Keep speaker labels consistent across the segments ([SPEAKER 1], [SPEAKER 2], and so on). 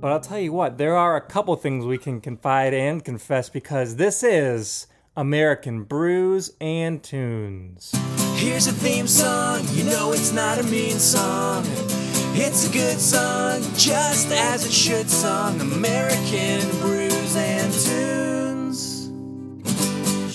[SPEAKER 1] But I'll tell you what, there are a couple things we can confide and confess because this is American Brews and Tunes.
[SPEAKER 2] Here's a theme song, you know it's not a mean song. It's a good song, just as it should song. American brews and tunes.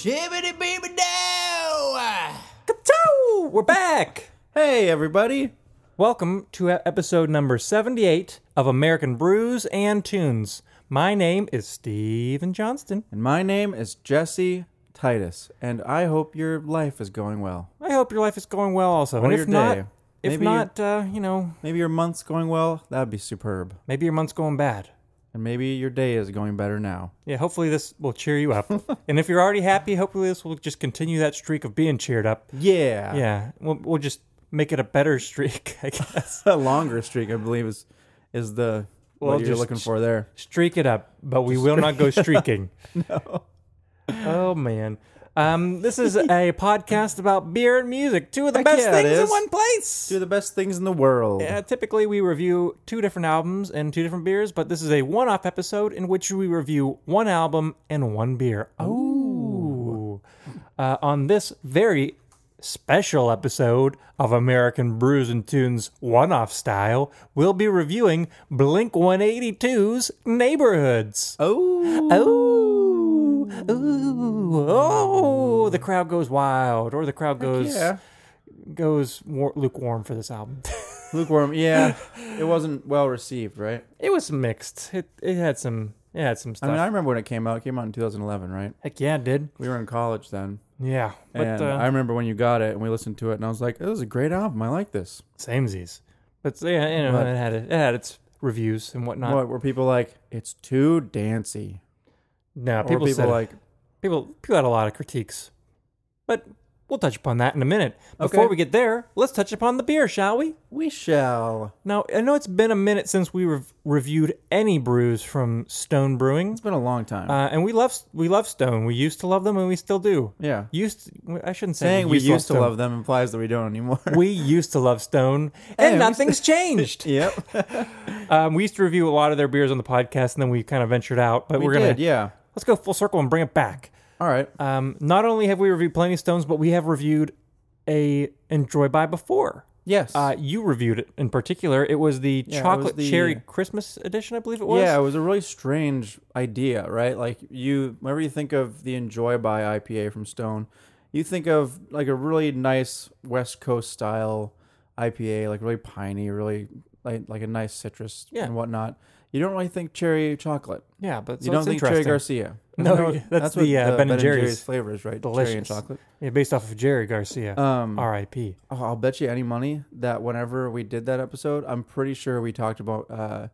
[SPEAKER 2] Shibbity beeby dow!
[SPEAKER 1] Ka-chow! We're back!
[SPEAKER 3] Hey, everybody.
[SPEAKER 1] Welcome to e- episode number 78 of American Brews and Tunes. My name is Steven Johnston.
[SPEAKER 3] And my name is Jesse Titus, and I hope your life is going well.
[SPEAKER 1] I hope your life is going well also.
[SPEAKER 3] Or
[SPEAKER 1] and if
[SPEAKER 3] your
[SPEAKER 1] not,
[SPEAKER 3] day.
[SPEAKER 1] if
[SPEAKER 3] Maybe you-
[SPEAKER 1] not, uh, you know,
[SPEAKER 3] Maybe your month's going well. That'd be superb.
[SPEAKER 1] maybe your month's going bad.
[SPEAKER 3] And maybe your day is going better now.
[SPEAKER 1] Yeah, hopefully this will cheer you up. and if you're already happy, hopefully this will just continue that streak of being cheered up.
[SPEAKER 3] Yeah.
[SPEAKER 1] Yeah, we'll, we'll just make it a better streak, I guess.
[SPEAKER 3] A longer streak, I believe, is is the
[SPEAKER 1] Well,
[SPEAKER 3] what you're
[SPEAKER 1] just-
[SPEAKER 3] looking for there.
[SPEAKER 1] Streak it up, but we will not go streaking. no. Oh, man. Um, this is a podcast about beer and music, two of the
[SPEAKER 3] Heck
[SPEAKER 1] best
[SPEAKER 3] yeah, it
[SPEAKER 1] things in
[SPEAKER 3] is.
[SPEAKER 1] one place.
[SPEAKER 3] Do the best things in the world.
[SPEAKER 1] Uh, typically, we review two different albums and two different beers, but this is a one off episode in which we review one album and one beer. Oh. Uh, on this very special episode of American Brews and Tunes one off style, we'll be reviewing Blink 182's Neighborhoods.
[SPEAKER 3] Oh.
[SPEAKER 1] Oh. Ooh. Oh. The crowd goes wild, or the crowd goes
[SPEAKER 3] Yeah.
[SPEAKER 1] goes war- lukewarm for this album.
[SPEAKER 3] Lukewarm. Yeah. it wasn't well received, right?
[SPEAKER 1] It was mixed. It it had some it had some
[SPEAKER 3] I
[SPEAKER 1] stuff.
[SPEAKER 3] mean, I remember when it came out. It came out in 2011, right?
[SPEAKER 1] Heck yeah, it did.
[SPEAKER 3] We were in college then.
[SPEAKER 1] Yeah, but
[SPEAKER 3] and
[SPEAKER 1] uh,
[SPEAKER 3] I remember when you got it and we listened to it, and I was like, "This is a great album. I like this."
[SPEAKER 1] samesies. But yeah, you know,
[SPEAKER 3] But-
[SPEAKER 1] it had it had its reviews and whatnot.
[SPEAKER 3] what were people like? It's too dancey.
[SPEAKER 1] no,
[SPEAKER 3] Or
[SPEAKER 1] people,
[SPEAKER 3] people, people
[SPEAKER 1] said
[SPEAKER 3] like,
[SPEAKER 1] people people had a lot of critiques, but we'll touch upon that in a minute. Before
[SPEAKER 3] Okay.
[SPEAKER 1] we get there, let's touch upon the beer, shall we?
[SPEAKER 3] "We shall."
[SPEAKER 1] Now I know it's been a minute since we rev reviewed any brews from Stone Brewing,
[SPEAKER 3] It's been a long time.
[SPEAKER 1] uh, and we love we love Stone. We used to love them, and we still do.
[SPEAKER 3] yeah,
[SPEAKER 1] Used I shouldn't say
[SPEAKER 3] saying we
[SPEAKER 1] to
[SPEAKER 3] used to
[SPEAKER 1] Stone.
[SPEAKER 3] love them implies that we don't anymore.
[SPEAKER 1] we used to love Stone, and
[SPEAKER 3] we
[SPEAKER 1] nothing's changed.
[SPEAKER 3] yep,
[SPEAKER 1] Um, we used to review a lot of their beers on the podcast, and then we kind of ventured out. But
[SPEAKER 3] we
[SPEAKER 1] are gonna
[SPEAKER 3] did. Yeah.
[SPEAKER 1] let's go full circle and bring it back.
[SPEAKER 3] All right.
[SPEAKER 1] Um, not only have we reviewed Plenty Stones, but we have reviewed a Enjoy By before.
[SPEAKER 3] Yes.
[SPEAKER 1] Uh, you reviewed it in particular. It was the
[SPEAKER 3] it was
[SPEAKER 1] chocolate
[SPEAKER 3] the- uh,
[SPEAKER 1] cherry Christmas edition, I believe it was.
[SPEAKER 3] yeah, it was a really strange idea, right? Like you, whenever you think of the Enjoy by IPA from Stone, you think of like a really nice West Coast style IPA, like really piney, really like like a nice citrus
[SPEAKER 1] Yeah.
[SPEAKER 3] and whatnot. You don't really think cherry chocolate.
[SPEAKER 1] yeah, but so
[SPEAKER 3] you don't
[SPEAKER 1] it's
[SPEAKER 3] think
[SPEAKER 1] interesting.
[SPEAKER 3] Cherry Garcia.
[SPEAKER 1] No,
[SPEAKER 3] Isn't that
[SPEAKER 1] you-
[SPEAKER 3] what-
[SPEAKER 1] that's the, uh, Ben and Jerry's
[SPEAKER 3] flavors, right? Cherry and
[SPEAKER 1] Delicious.
[SPEAKER 3] chocolate.
[SPEAKER 1] Yeah, based off of Jerry Garcia,
[SPEAKER 3] Um,
[SPEAKER 1] R.I.P.
[SPEAKER 3] Oh, I'll bet you any money that whenever we did that episode, I'm pretty sure we talked about uh,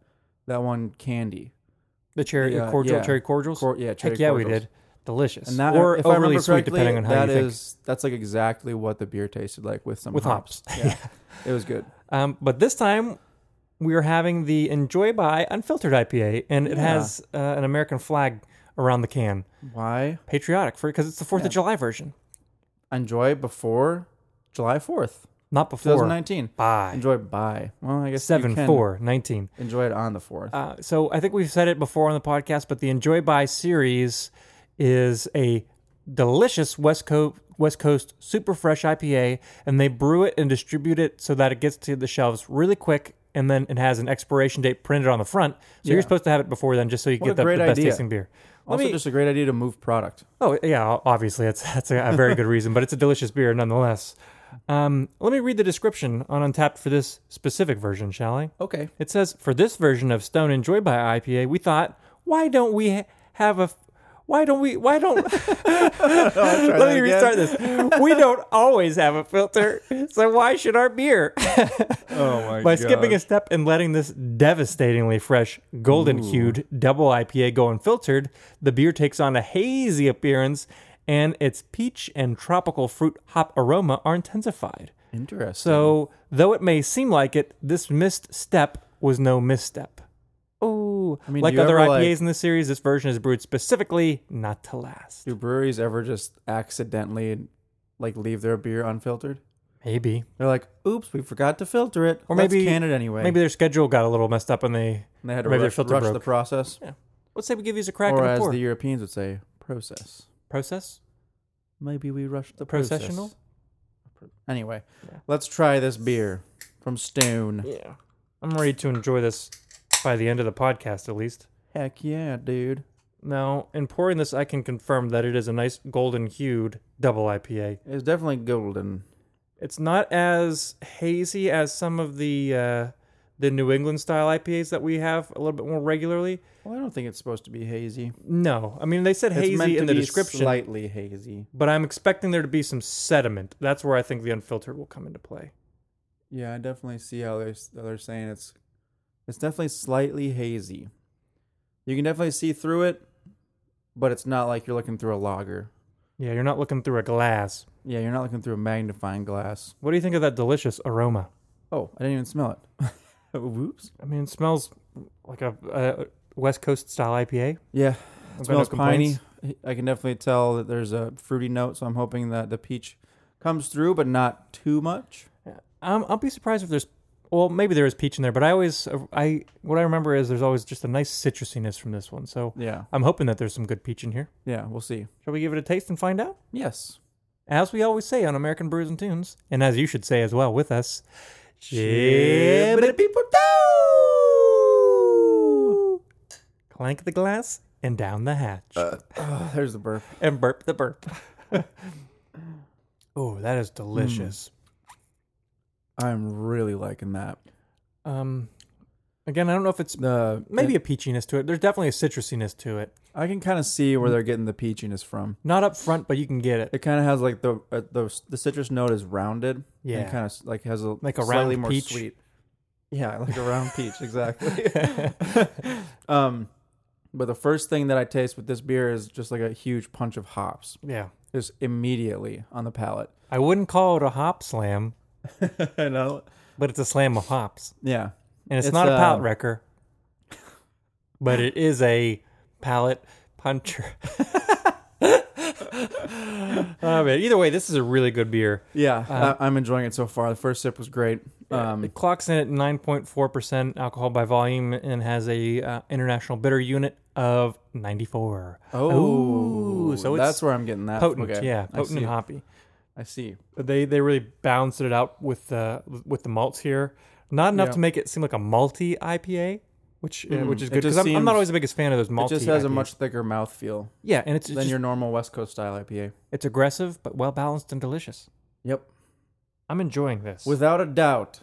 [SPEAKER 3] that one candy.
[SPEAKER 1] The cherry
[SPEAKER 3] yeah,
[SPEAKER 1] cordial,
[SPEAKER 3] yeah.
[SPEAKER 1] cherry cordials.
[SPEAKER 3] Cor- yeah, cherry
[SPEAKER 1] Heck yeah, we
[SPEAKER 3] cordials.
[SPEAKER 1] did. Delicious,
[SPEAKER 3] And that,
[SPEAKER 1] or
[SPEAKER 3] if I
[SPEAKER 1] overly
[SPEAKER 3] remember
[SPEAKER 1] sweet,
[SPEAKER 3] correctly,
[SPEAKER 1] depending on how
[SPEAKER 3] that
[SPEAKER 1] you think.
[SPEAKER 3] is- that's like exactly what the beer tasted like with some
[SPEAKER 1] With hops,
[SPEAKER 3] It was good.
[SPEAKER 1] Um, but this time, we are having the Enjoy By Unfiltered IPA, and it has uh, an American flag around the can.
[SPEAKER 3] Why
[SPEAKER 1] Patriotic for because it's the Fourth of July version,
[SPEAKER 3] enjoy before July fourth,
[SPEAKER 1] not before.
[SPEAKER 3] 2019?
[SPEAKER 1] By
[SPEAKER 3] Enjoy by well, I guess you
[SPEAKER 1] seven
[SPEAKER 3] can
[SPEAKER 1] four nineteen.
[SPEAKER 3] Enjoy it on the fourth.
[SPEAKER 1] Uh, so I think we've said it before on the podcast, but the Enjoy By series is a delicious West Coast West Coast super fresh IPA, and they brew it and distribute it so that it gets to the shelves really quick. And then it has an expiration date printed on the front, so you're supposed to have it before then, just so you
[SPEAKER 3] a
[SPEAKER 1] get the, the
[SPEAKER 3] great
[SPEAKER 1] best
[SPEAKER 3] idea.
[SPEAKER 1] tasting beer.
[SPEAKER 3] also, just a great idea to move product.
[SPEAKER 1] Oh yeah, o- obviously that's that's a, a very good reason, but it's a delicious beer nonetheless. Um, let me read the description on Untapped for this specific version, shall I?
[SPEAKER 3] Okay.
[SPEAKER 1] It says for this version of Stone Enjoy by IPA, we thought, why don't we ha- have a f- why don't we? Why don't? Let me
[SPEAKER 3] again.
[SPEAKER 1] restart this. We don't always have a filter, so why should our beer?
[SPEAKER 3] Oh my
[SPEAKER 1] By skipping a step and letting this devastatingly fresh, golden hued double IPA go unfiltered, the beer takes on a hazy appearance and its peach and tropical fruit hop aroma are intensified.
[SPEAKER 3] Interesting.
[SPEAKER 1] So, though it may seem like it, this missed step was no misstep. Ooh,
[SPEAKER 3] mean,
[SPEAKER 1] like
[SPEAKER 3] do you
[SPEAKER 1] other IPAs
[SPEAKER 3] ever, like-
[SPEAKER 1] in this series, this version is brewed specifically not to last.
[SPEAKER 3] Do breweries ever just accidentally like leave their beer unfiltered?
[SPEAKER 1] Maybe.
[SPEAKER 3] They're like, oops, we forgot to filter it.
[SPEAKER 1] Or
[SPEAKER 3] Let's
[SPEAKER 1] maybe
[SPEAKER 3] can it anyway.
[SPEAKER 1] Maybe their schedule got a little messed up and they
[SPEAKER 3] and they had to
[SPEAKER 1] maybe their
[SPEAKER 3] rush,
[SPEAKER 1] filter
[SPEAKER 3] rush
[SPEAKER 1] broke.
[SPEAKER 3] the process,
[SPEAKER 1] let's say we give these a crack
[SPEAKER 3] or
[SPEAKER 1] and a
[SPEAKER 3] as
[SPEAKER 1] pour.
[SPEAKER 3] the Europeans would say, process.
[SPEAKER 1] process.
[SPEAKER 3] Maybe we rushed the
[SPEAKER 1] Processional?
[SPEAKER 3] process. Anyway,
[SPEAKER 1] Yeah.
[SPEAKER 3] let's try this beer from Stone.
[SPEAKER 1] Yeah. I'm ready to enjoy this by the end of the podcast at least.
[SPEAKER 3] Heck yeah, dude.
[SPEAKER 1] Now, in pouring this I can confirm that it is a nice golden hued double IPA.
[SPEAKER 3] It's definitely golden.
[SPEAKER 1] It's not as hazy as some of the uh, the New England style IPAs that we have a little bit more regularly.
[SPEAKER 3] Well, I don't think it's supposed to be hazy.
[SPEAKER 1] No, I mean they said
[SPEAKER 3] it's meant
[SPEAKER 1] hazy
[SPEAKER 3] to
[SPEAKER 1] in the
[SPEAKER 3] be
[SPEAKER 1] description,
[SPEAKER 3] Slightly hazy.
[SPEAKER 1] but I'm expecting there to be some sediment. That's where I think the unfiltered will come into play.
[SPEAKER 3] Yeah, I definitely see how they're s- how they're saying it's it's definitely slightly hazy. You can definitely see through it, but it's not like you're looking through a logger.
[SPEAKER 1] Yeah, you're not looking through a glass.
[SPEAKER 3] Yeah, you're not looking through a magnifying glass.
[SPEAKER 1] What do you think of that delicious aroma?
[SPEAKER 3] Oh, I didn't even smell it. Whoops.
[SPEAKER 1] I mean, it smells like a, a West Coast style IPA.
[SPEAKER 3] Yeah,
[SPEAKER 1] I've got no
[SPEAKER 3] smells piney.
[SPEAKER 1] complaints.
[SPEAKER 3] I can definitely tell that there's a fruity note, so I'm hoping that the peach comes through, but not too much.
[SPEAKER 1] Um, I'll be surprised if there's. Well, maybe there is peach in there, but I always, I what I remember is there's always just a nice citrusiness from this one. So
[SPEAKER 3] Yeah,
[SPEAKER 1] I'm hoping that there's some good peach in here.
[SPEAKER 3] yeah, we'll see.
[SPEAKER 1] Shall we give it a taste and find out?
[SPEAKER 3] Yes.
[SPEAKER 1] As we always say on American Brews and Tunes, and as you should say as well with us,
[SPEAKER 3] people
[SPEAKER 1] clank the glass and down the hatch
[SPEAKER 3] Oh, there's the burp.
[SPEAKER 1] and burp the burp. oh, that is delicious.
[SPEAKER 3] I'm really liking that.
[SPEAKER 1] Um, again, I don't know if it's
[SPEAKER 3] The
[SPEAKER 1] maybe a peachiness to it. There's definitely a citrusiness to it.
[SPEAKER 3] I can kind of see
[SPEAKER 1] Mm.
[SPEAKER 3] where they're getting the peachiness from.
[SPEAKER 1] Not up front, but you can get it.
[SPEAKER 3] It kind of has like the uh, the the citrus note is rounded.
[SPEAKER 1] Yeah.
[SPEAKER 3] and kind of like has a
[SPEAKER 1] Like a
[SPEAKER 3] slightly
[SPEAKER 1] round
[SPEAKER 3] more
[SPEAKER 1] peach.
[SPEAKER 3] sweet. Yeah, like a round peach, exactly. um, but the first thing that I taste with this beer is just like a huge punch of hops,
[SPEAKER 1] Yeah.
[SPEAKER 3] just immediately on the palate.
[SPEAKER 1] I wouldn't call it a hop slam,
[SPEAKER 3] I know.
[SPEAKER 1] but it's a slam of hops.
[SPEAKER 3] Yeah,
[SPEAKER 1] And it's,
[SPEAKER 3] It's,
[SPEAKER 1] not a
[SPEAKER 3] uh,
[SPEAKER 1] palate wrecker, but it is a palate puncher. oh, man. Either way, this is a really good beer.
[SPEAKER 3] yeah.
[SPEAKER 1] Uh,
[SPEAKER 3] I, I'm enjoying it so far. The first sip was great. Um,
[SPEAKER 1] It clocks in at 9.4% alcohol by volume and has a uh, international bitter unit of 94.
[SPEAKER 3] oh,
[SPEAKER 1] Ooh, so it's
[SPEAKER 3] that's where I'm getting that
[SPEAKER 1] potent.
[SPEAKER 3] Okay,
[SPEAKER 1] Yeah,
[SPEAKER 3] I
[SPEAKER 1] potent
[SPEAKER 3] see.
[SPEAKER 1] and hoppy.
[SPEAKER 3] I see.
[SPEAKER 1] They they really balanced it out with the with the malts here. Not enough
[SPEAKER 3] Yeah. Mm-hmm.
[SPEAKER 1] to make it seem like a malty IPA, which uh, which is good because
[SPEAKER 3] just
[SPEAKER 1] I'm, I'm not
[SPEAKER 3] seems-
[SPEAKER 1] always the biggest fan of those malty.
[SPEAKER 3] It just has a
[SPEAKER 1] IPAs.
[SPEAKER 3] much thicker mouthfeel
[SPEAKER 1] yeah, and it's it's
[SPEAKER 3] than
[SPEAKER 1] just-
[SPEAKER 3] your normal West Coast style IPA.
[SPEAKER 1] It's aggressive, but well balanced and delicious.
[SPEAKER 3] Yep.
[SPEAKER 1] I'm enjoying this.
[SPEAKER 3] Without a doubt,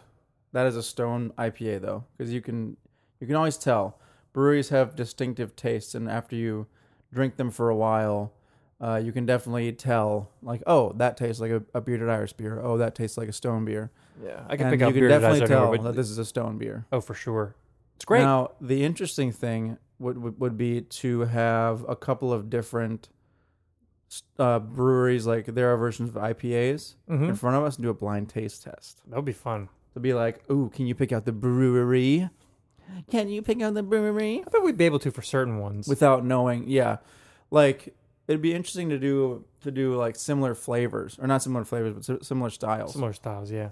[SPEAKER 3] that is a Stone IPA though, because you can you can always tell breweries have distinctive tastes, and after you drink them for a while, uh, you can definitely tell like, oh, that tastes like a, a bearded Irish beer. Oh, that tastes like a Stone beer.
[SPEAKER 1] yeah, I can
[SPEAKER 3] and
[SPEAKER 1] pick
[SPEAKER 3] you
[SPEAKER 1] out
[SPEAKER 3] can
[SPEAKER 1] beer
[SPEAKER 3] definitely
[SPEAKER 1] that
[SPEAKER 3] tell
[SPEAKER 1] I
[SPEAKER 3] that this is a Stone beer.
[SPEAKER 1] Oh, for sure. It's great.
[SPEAKER 3] Now, the interesting thing would would, would be to have a couple of different uh, breweries, like their versions of IPAs, in front of us and do a blind taste test.
[SPEAKER 1] that would be fun.
[SPEAKER 3] To be like, "Ooh, can you pick out the brewery? Can you pick out the brewery?"
[SPEAKER 1] I bet we'd be able to for certain ones.
[SPEAKER 3] Without knowing, yeah, like it'd be interesting to do to do like similar flavors or not similar flavors, but si- similar styles.
[SPEAKER 1] similar styles, yeah.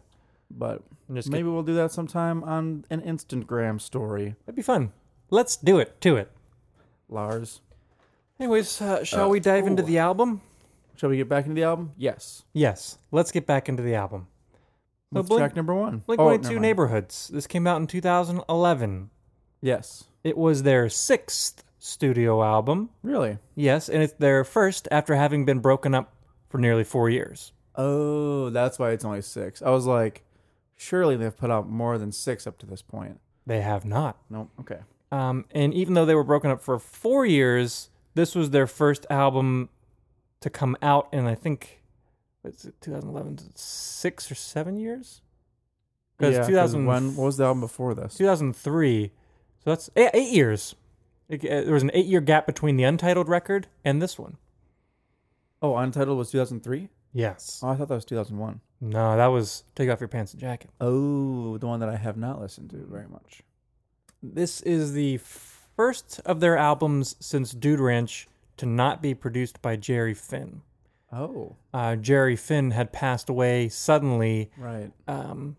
[SPEAKER 3] But
[SPEAKER 1] And just
[SPEAKER 3] maybe
[SPEAKER 1] Maybe.
[SPEAKER 3] we'll do that sometime on an Instagram story,
[SPEAKER 1] that'd be fun. Let's do it to it.
[SPEAKER 3] Lars.
[SPEAKER 1] Anyways, uh, shall we dive into the album?
[SPEAKER 3] Shall we get back into the album? Yes.
[SPEAKER 1] Yes, let's get back into the album. So
[SPEAKER 3] What's
[SPEAKER 1] Blink,
[SPEAKER 3] track number one?
[SPEAKER 1] Blink
[SPEAKER 3] Oh,
[SPEAKER 1] 182
[SPEAKER 3] never mind.
[SPEAKER 1] Neighborhoods. This came out in 2011.
[SPEAKER 3] Yes.
[SPEAKER 1] It was their sixth studio album.
[SPEAKER 3] Really?
[SPEAKER 1] Yes, and it's their first after having been broken up for nearly four years.
[SPEAKER 3] Oh, that's why it's only six. I was like, surely they've put out more than six up to this point.
[SPEAKER 1] They have not.
[SPEAKER 3] No. Okay.
[SPEAKER 1] Um, and even though they were broken up for four years, this was their first album to come out in, I think, what's it, 2011, six or seven years? Because
[SPEAKER 3] Yeah,
[SPEAKER 1] 2000,
[SPEAKER 3] when what was the album before this?
[SPEAKER 1] 2003, so that's eight, eight years. It- uh, there was an eight year gap between the Untitled record and this one.
[SPEAKER 3] Oh, Untitled was 2003?
[SPEAKER 1] Yes.
[SPEAKER 3] Oh, I thought that was 2001.
[SPEAKER 1] No, that was Take Off Your Pants and Jacket.
[SPEAKER 3] Oh, the one that I have not listened to very much.
[SPEAKER 1] This is the first of their albums since Dude Ranch to not be produced by Jerry Finn.
[SPEAKER 3] Oh,
[SPEAKER 1] Uh, Jerry Finn had passed away suddenly,
[SPEAKER 3] right.
[SPEAKER 1] um,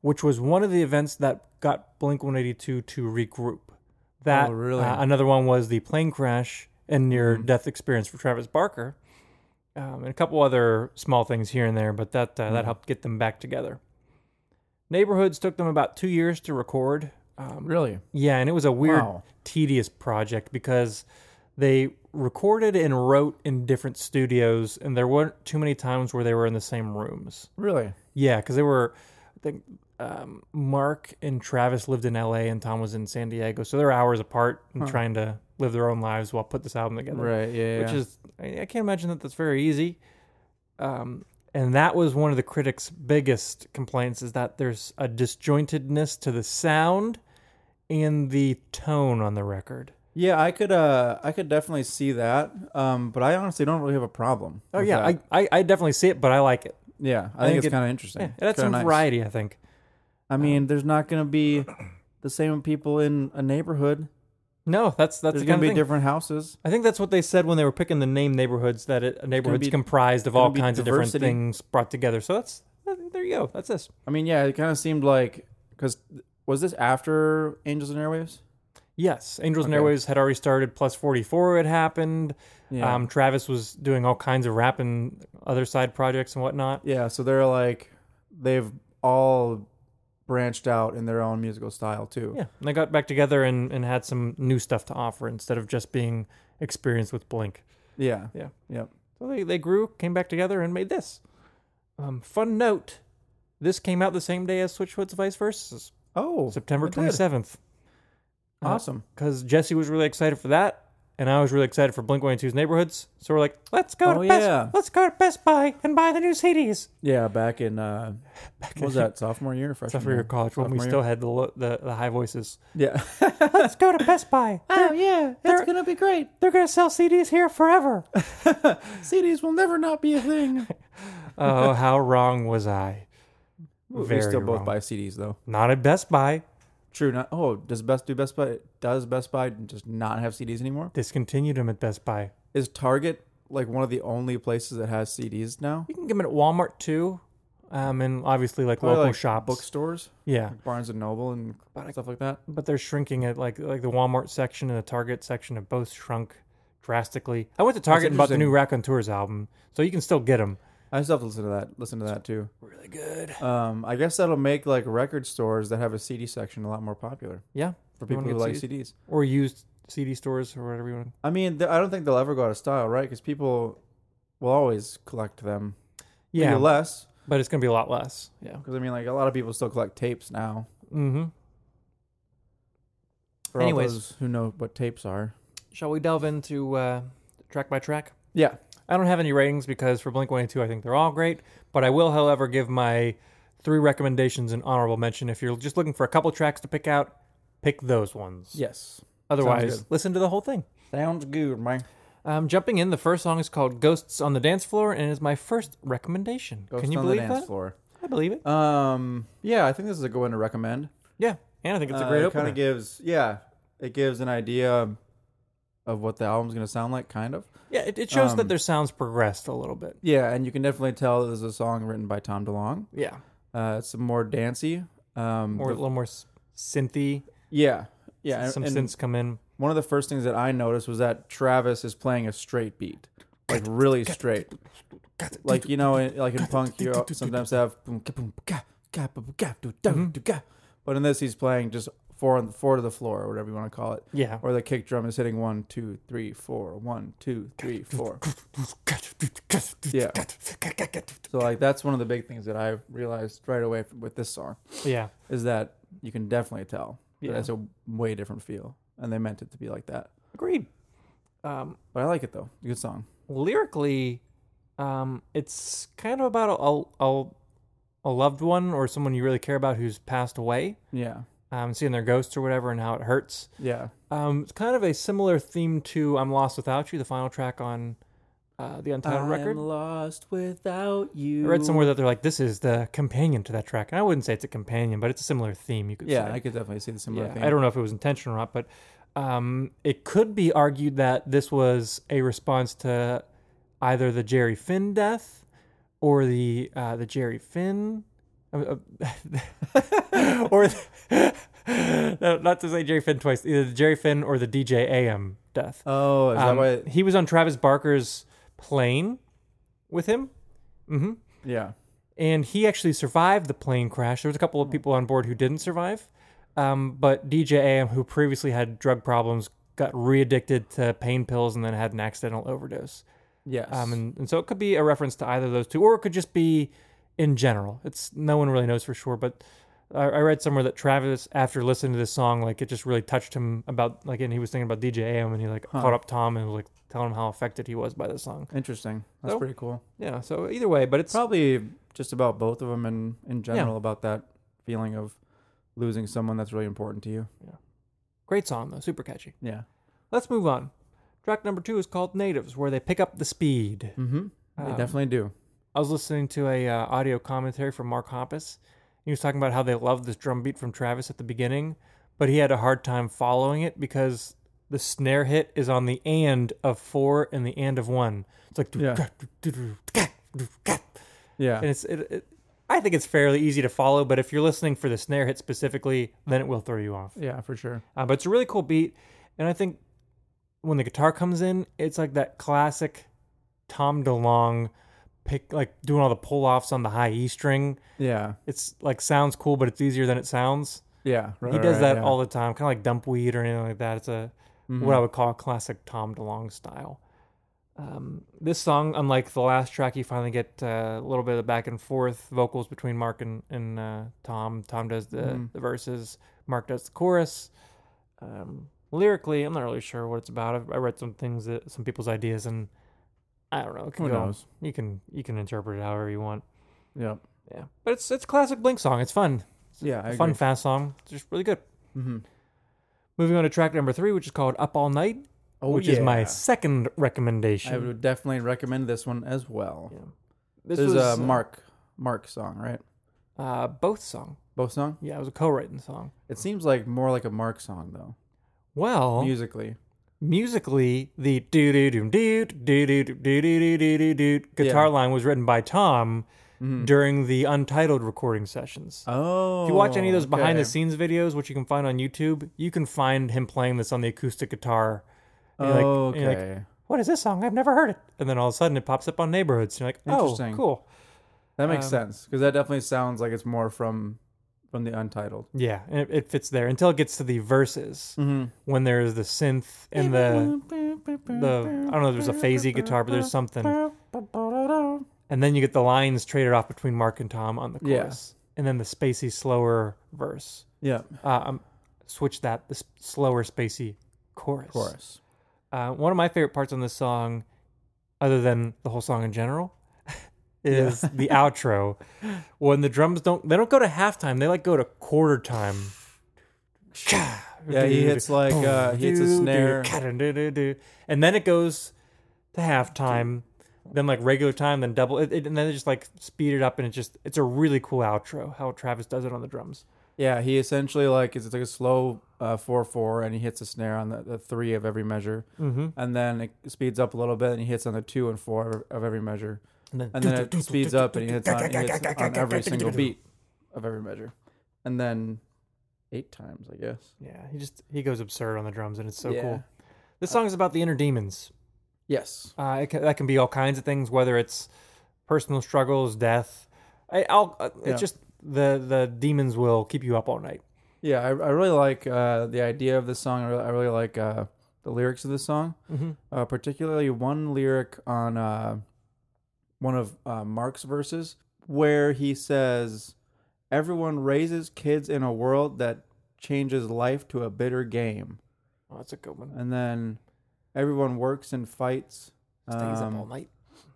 [SPEAKER 1] which was one of the events that got Blink 182 to regroup. That
[SPEAKER 3] Oh, really? Mm-hmm.
[SPEAKER 1] uh, another one was the plane crash and near death experience for Travis Barker, um, and a couple other small things here and there, but that uh,
[SPEAKER 3] Mm-hmm.
[SPEAKER 1] that helped get them back together. Neighborhoods took them about two years to record. um,
[SPEAKER 3] really?
[SPEAKER 1] Yeah, and it was a weird,
[SPEAKER 3] Wow.
[SPEAKER 1] tedious project because they recorded and wrote in different studios, and there weren't too many times where they were in the same rooms.
[SPEAKER 3] Really?
[SPEAKER 1] Yeah, because they were, I think um, Mark and Travis lived in L.A. and Tom was in San Diego, so they're hours apart and trying to live their own lives while put this album together.
[SPEAKER 3] Right. Yeah.
[SPEAKER 1] Which is, I I can't imagine that that's very easy. Um, and that was one of the critics' biggest complaints is that there's a disjointedness to the sound and the tone on the record.
[SPEAKER 3] yeah. I could. Uh, I could definitely see that. Um, but I honestly don't really have a problem.
[SPEAKER 1] Oh
[SPEAKER 3] with
[SPEAKER 1] yeah,
[SPEAKER 3] that.
[SPEAKER 1] I, I, I definitely see it, but I like it.
[SPEAKER 3] yeah. I, think,
[SPEAKER 1] think
[SPEAKER 3] it's
[SPEAKER 1] it-
[SPEAKER 3] kind of interesting.
[SPEAKER 1] Yeah, it had
[SPEAKER 3] It's
[SPEAKER 1] some
[SPEAKER 3] kinda nice.
[SPEAKER 1] variety, I think.
[SPEAKER 3] I mean, there's not going to be the same people in a neighborhood.
[SPEAKER 1] No, that's that's
[SPEAKER 3] There's
[SPEAKER 1] the kind
[SPEAKER 3] going to
[SPEAKER 1] of
[SPEAKER 3] be
[SPEAKER 1] thing.
[SPEAKER 3] different houses.
[SPEAKER 1] I think that's what they said when they were picking the name neighborhoods that it, neighborhoods
[SPEAKER 3] be-
[SPEAKER 1] comprised of
[SPEAKER 3] gonna
[SPEAKER 1] all
[SPEAKER 3] be
[SPEAKER 1] kinds of
[SPEAKER 3] diversity.
[SPEAKER 1] different things brought together. So that's uh, there you go. That's this.
[SPEAKER 3] I mean, yeah. It kind of seemed like because was this after Angels and Airwaves?
[SPEAKER 1] Yes, Angels and Airwaves had already started. Plus forty four had happened.
[SPEAKER 3] Yeah.
[SPEAKER 1] Um, Travis was doing all kinds of rap and other side projects and whatnot.
[SPEAKER 3] Yeah, so they're like they've all branched out in their own musical style too.
[SPEAKER 1] Yeah, and they got back together and, and had some new stuff to offer instead of just being experienced with Blink.
[SPEAKER 3] Yeah.
[SPEAKER 1] Yeah.
[SPEAKER 3] Yep.
[SPEAKER 1] So they, they grew, came back together, and made this. Um, fun note this came out the same day as Switchfoot's Vice Versus,
[SPEAKER 3] Oh,
[SPEAKER 1] September
[SPEAKER 3] it did.
[SPEAKER 1] 27th.
[SPEAKER 3] Awesome.
[SPEAKER 1] Because Jesse was really excited for that, and I was really excited for Blink 182's Neighborhoods. So we're like, let's go,
[SPEAKER 3] Oh,
[SPEAKER 1] to Best,
[SPEAKER 3] yeah.
[SPEAKER 1] let's go to Best Buy and buy the new CDs.
[SPEAKER 3] Yeah, back in uh what was that sophomore year, or freshman
[SPEAKER 1] Except for your college when we
[SPEAKER 3] Sophomore year.
[SPEAKER 1] still had the, lo- the, the high voices.
[SPEAKER 3] Yeah.
[SPEAKER 1] Let's go to Best Buy.
[SPEAKER 3] oh yeah,
[SPEAKER 1] they're-
[SPEAKER 3] gonna be great.
[SPEAKER 1] They're going to sell CDs here forever.
[SPEAKER 3] CDs will never not be a thing.
[SPEAKER 1] oh, how wrong was I?
[SPEAKER 3] we
[SPEAKER 1] Very
[SPEAKER 3] still both
[SPEAKER 1] wrong.
[SPEAKER 3] buy CDs though.
[SPEAKER 1] Not at Best Buy.
[SPEAKER 3] True. Not. Oh, does Best do Best Buy? Does Best Buy just not have CDs anymore?
[SPEAKER 1] Discontinued them at Best Buy.
[SPEAKER 3] Is Target like one of the only places that has CDs now?
[SPEAKER 1] You can get them at Walmart too, um, and obviously like
[SPEAKER 3] Probably,
[SPEAKER 1] local
[SPEAKER 3] like,
[SPEAKER 1] shops.
[SPEAKER 3] bookstores,
[SPEAKER 1] Yeah,
[SPEAKER 3] Barnes and Noble, and stuff like that.
[SPEAKER 1] but they're shrinking it. Like like the Walmart section and the Target section have both shrunk drastically. I went to Target and bought the new Raconteurs album, so you can still get them.
[SPEAKER 3] I still have to listen to that. Listen to that too.
[SPEAKER 1] Really good.
[SPEAKER 3] Um, I guess that'll make like record stores that have a CD section a lot more popular
[SPEAKER 1] Yeah, You
[SPEAKER 3] for people
[SPEAKER 1] wanna
[SPEAKER 3] who
[SPEAKER 1] get
[SPEAKER 3] like
[SPEAKER 1] CDs?
[SPEAKER 3] CDs.
[SPEAKER 1] or used CD stores or whatever you want.
[SPEAKER 3] I mean, th- I don't think they'll ever go out of style, right? Because people will always collect them.
[SPEAKER 1] Yeah,
[SPEAKER 3] Maybe less.
[SPEAKER 1] but it's gonna be a lot less. Yeah.
[SPEAKER 3] Because I mean, like a lot of people still collect tapes now.
[SPEAKER 1] Mm-hmm.
[SPEAKER 3] For Anyways,
[SPEAKER 1] Anyways.
[SPEAKER 3] all those who know what tapes are.
[SPEAKER 1] Shall we delve into uh, track by track?
[SPEAKER 3] Yeah.
[SPEAKER 1] I don't have any ratings because for Blink 182, I think they're all great. But I will, however, give my three recommendations an honorable mention. If you're just looking for a couple tracks to pick out, pick those ones.
[SPEAKER 3] Yes.
[SPEAKER 1] Otherwise,
[SPEAKER 3] good.
[SPEAKER 1] listen to the whole thing.
[SPEAKER 3] Sounds good, man.
[SPEAKER 1] Um, jumping in, the first song is called "Ghosts on the Dance Floor" and is my first recommendation.
[SPEAKER 3] Ghost
[SPEAKER 1] Can you
[SPEAKER 3] on
[SPEAKER 1] believe
[SPEAKER 3] the dance
[SPEAKER 1] that?
[SPEAKER 3] floor.
[SPEAKER 1] I believe it.
[SPEAKER 3] Um. Yeah, I think this is a good one to recommend.
[SPEAKER 1] yeah, and I think it's a
[SPEAKER 3] Uh,
[SPEAKER 1] great
[SPEAKER 3] it kind
[SPEAKER 1] opener.
[SPEAKER 3] of gives yeah it gives an idea of what the album's gonna sound like kind of
[SPEAKER 1] yeah, it, it shows
[SPEAKER 3] um,
[SPEAKER 1] that their sounds progressed a little bit.
[SPEAKER 3] yeah and you can definitely tell this is a song written by tom delong
[SPEAKER 1] Yeah,
[SPEAKER 3] uh it's more dancey um
[SPEAKER 1] more a
[SPEAKER 3] the-
[SPEAKER 1] little more s- synthy.
[SPEAKER 3] yeah yeah and,
[SPEAKER 1] some
[SPEAKER 3] and
[SPEAKER 1] synths come in.
[SPEAKER 3] one of the first things that i noticed was that travis is playing a straight beat like really straight like you know in, like in punk you sometimes have but in this he's playing just four on four to the floor or whatever you want to call it
[SPEAKER 1] Yeah,
[SPEAKER 3] or the kick drum is hitting one, two, three, four, one, two, three, four. Yeah. So like that's one of the big things that I realized right away with this song
[SPEAKER 1] yeah.
[SPEAKER 3] is that you can definitely tell
[SPEAKER 1] Yeah.
[SPEAKER 3] that it's a way different feel, and they meant it to be like that.
[SPEAKER 1] Agreed. Um,
[SPEAKER 3] But I like it though. Good song.
[SPEAKER 1] lyrically, um, it's kind of about a, a a loved one or someone you really care about who's passed away,
[SPEAKER 3] Yeah.
[SPEAKER 1] um, seeing their ghosts or whatever, and how it hurts.
[SPEAKER 3] Yeah.
[SPEAKER 1] Um, it's kind of a similar theme to "I'm Lost Without You," the final track on uh, the Untitled record.
[SPEAKER 3] lost without you.
[SPEAKER 1] I read somewhere that they're like, "This is the companion to that track," and I wouldn't say it's a companion, but it's a similar theme. You could
[SPEAKER 3] Yeah,
[SPEAKER 1] say.
[SPEAKER 3] I could definitely see the similar
[SPEAKER 1] Yeah,
[SPEAKER 3] thing.
[SPEAKER 1] I don't know if it was intentional or not, but um, it could be argued that this was a response to either the Jerry Finn death or the uh, the Jerry Finn, uh, uh, or the, no, not to say Jerry Finn twice, either the Jerry Finn or the DJ AM death.
[SPEAKER 3] Oh, is
[SPEAKER 1] Um,
[SPEAKER 3] that why?
[SPEAKER 1] He was on Travis Barker's plane with him, Mm-hmm.
[SPEAKER 3] Yeah.
[SPEAKER 1] and he actually survived the plane crash. There was a couple of people on board who didn't survive, um, but DJ AM, who previously had drug problems, got re-addicted to pain pills and then had an accidental overdose.
[SPEAKER 3] Yes.
[SPEAKER 1] Um, and, and so it could be a reference to either of those two, or it could just be in general. It's no one really knows for sure, but I, I read somewhere that Travis, after listening to this song, like it just really touched him about like, and he was thinking about DJ AM, and he like caught up Tom and was like telling him how affected he was by this song.
[SPEAKER 3] Interesting. That's
[SPEAKER 1] So-
[SPEAKER 3] pretty cool.
[SPEAKER 1] Yeah. So either way, but it's
[SPEAKER 3] Probably just about both of them and in general about that feeling of losing someone that's really important to you.
[SPEAKER 1] great song though, super catchy.
[SPEAKER 3] Yeah.
[SPEAKER 1] Let's move on. Track number two is called Natives, where they pick up the speed.
[SPEAKER 3] Mm-hmm. they
[SPEAKER 1] Um,
[SPEAKER 3] definitely do.
[SPEAKER 1] I was listening to a uh, audio commentary from Mark Hoppus. He was talking about how they loved this drum beat from Travis at the beginning, but he had a hard time following it because the snare hit is on the and of four and the and of one. It's like
[SPEAKER 3] Yeah. Yeah.
[SPEAKER 1] and it's it, it, I think it's fairly easy to follow, but if you're listening for the snare hit specifically, then it will throw you off.
[SPEAKER 3] yeah, for sure.
[SPEAKER 1] Uh, but it's a really cool beat, and I think when the guitar comes in, it's like that classic Tom DeLonge pick, like doing all the pull offs on the high E string.
[SPEAKER 3] Yeah.
[SPEAKER 1] It's like sounds cool, but it's easier than it sounds.
[SPEAKER 3] Yeah. Right,
[SPEAKER 1] he does
[SPEAKER 3] right,
[SPEAKER 1] that
[SPEAKER 3] yeah. Mm-hmm.
[SPEAKER 1] all the time, kind of like Dumpweed or anything like that. It's a what I would call a classic Tom DeLonge style. Um, this song, unlike the last track, you finally get uh, a little bit of back and forth vocals between Mark and, and uh, Tom. Tom does the,
[SPEAKER 3] Mm-hmm.
[SPEAKER 1] the verses, Mark does the chorus. Um, lyrically, I'm not really sure what it's about. I've, I read some things that some people's ideas, and I don't know. It can
[SPEAKER 3] Who
[SPEAKER 1] go-
[SPEAKER 3] knows?
[SPEAKER 1] You can you can interpret it however you want.
[SPEAKER 3] Yeah.
[SPEAKER 1] Yeah, but it's it's a classic Blink song. It's fun. It's
[SPEAKER 3] Yeah,
[SPEAKER 1] a
[SPEAKER 3] I
[SPEAKER 1] fun
[SPEAKER 3] agree.
[SPEAKER 1] fast song. It's just really good.
[SPEAKER 3] Mm-hmm.
[SPEAKER 1] Moving on to track number three, which is called "Up All Night,"
[SPEAKER 3] Oh,
[SPEAKER 1] which is my
[SPEAKER 3] yeah.
[SPEAKER 1] second recommendation.
[SPEAKER 3] I would definitely recommend this one as well.
[SPEAKER 1] Yeah. this
[SPEAKER 3] There's
[SPEAKER 1] was
[SPEAKER 3] a Mark Mark song, right?
[SPEAKER 1] uh, both song.
[SPEAKER 3] Both song.
[SPEAKER 1] Yeah, it was a co-written song.
[SPEAKER 3] It seems like more like a Mark song though,
[SPEAKER 1] Well,
[SPEAKER 3] musically.
[SPEAKER 1] musically, the do do do do do do do do do do do do guitar
[SPEAKER 3] Yeah.
[SPEAKER 1] line was written by Tom during the untitled recording sessions.
[SPEAKER 3] Oh,
[SPEAKER 1] If you watch any of those behind the scenes videos, which you can find on YouTube, you can find him playing this on the acoustic guitar. And you're like- and
[SPEAKER 3] okay,
[SPEAKER 1] you're like, what is this song? I've never heard it. And then all of a sudden it pops up on neighborhoods. And you're like, oh,
[SPEAKER 3] Interesting.
[SPEAKER 1] cool.
[SPEAKER 3] that makes
[SPEAKER 1] Um,
[SPEAKER 3] sense because that definitely sounds like it's more from from the Untitled.
[SPEAKER 1] Yeah, and it, it fits there until it gets to the verses when there's the synth Mm-hmm. and the the I don't know. There's a phasey guitar, but there's something, and then you get the lines traded off between Mark and Tom on the
[SPEAKER 3] Yeah.
[SPEAKER 1] chorus, and then the spacey slower verse.
[SPEAKER 3] Yeah,
[SPEAKER 1] Uh, um, switch that the s- slower spacey chorus.
[SPEAKER 3] chorus.
[SPEAKER 1] Uh, one of my favorite parts on this song, other than the whole song in general, is the outro when the drums don't they don't go to halftime. They like go to quarter time.
[SPEAKER 3] Yeah, he hits like uh, he hits a snare.
[SPEAKER 1] and then it goes to halftime, then like regular time, then double, it, it- and then they just like speed it up, and it just it's a really cool outro. How Travis does it on the drums.
[SPEAKER 3] Yeah, he essentially like it's like a slow uh, four four, and he hits a snare on the, the three of every measure, mm-hmm. and then it speeds up a little bit, and he hits on the two and four of every measure, and then, it speeds up, and he hits on, he hits on every single beat of every measure, and then eight times, I guess.
[SPEAKER 1] Yeah, he just he goes absurd on the drums, and it's so
[SPEAKER 3] Yeah.
[SPEAKER 1] cool. This song is about the inner demons.
[SPEAKER 3] Yes.
[SPEAKER 1] Uh, it can, that can be all kinds of things, whether it's personal struggles, death. I, I'll, uh,
[SPEAKER 3] Yeah.
[SPEAKER 1] It's just the the demons will keep you up all night.
[SPEAKER 3] Yeah, I, I really like uh, the idea of this song. I really, I really like uh, the lyrics of this song, uh, particularly one lyric on uh, one of uh, Mark's verses where he says, "Everyone raises kids in a world that changes life to a bitter game,"
[SPEAKER 1] Oh, that's a good one.
[SPEAKER 3] and then everyone works and fights.
[SPEAKER 1] Stays
[SPEAKER 3] um,
[SPEAKER 1] up all night.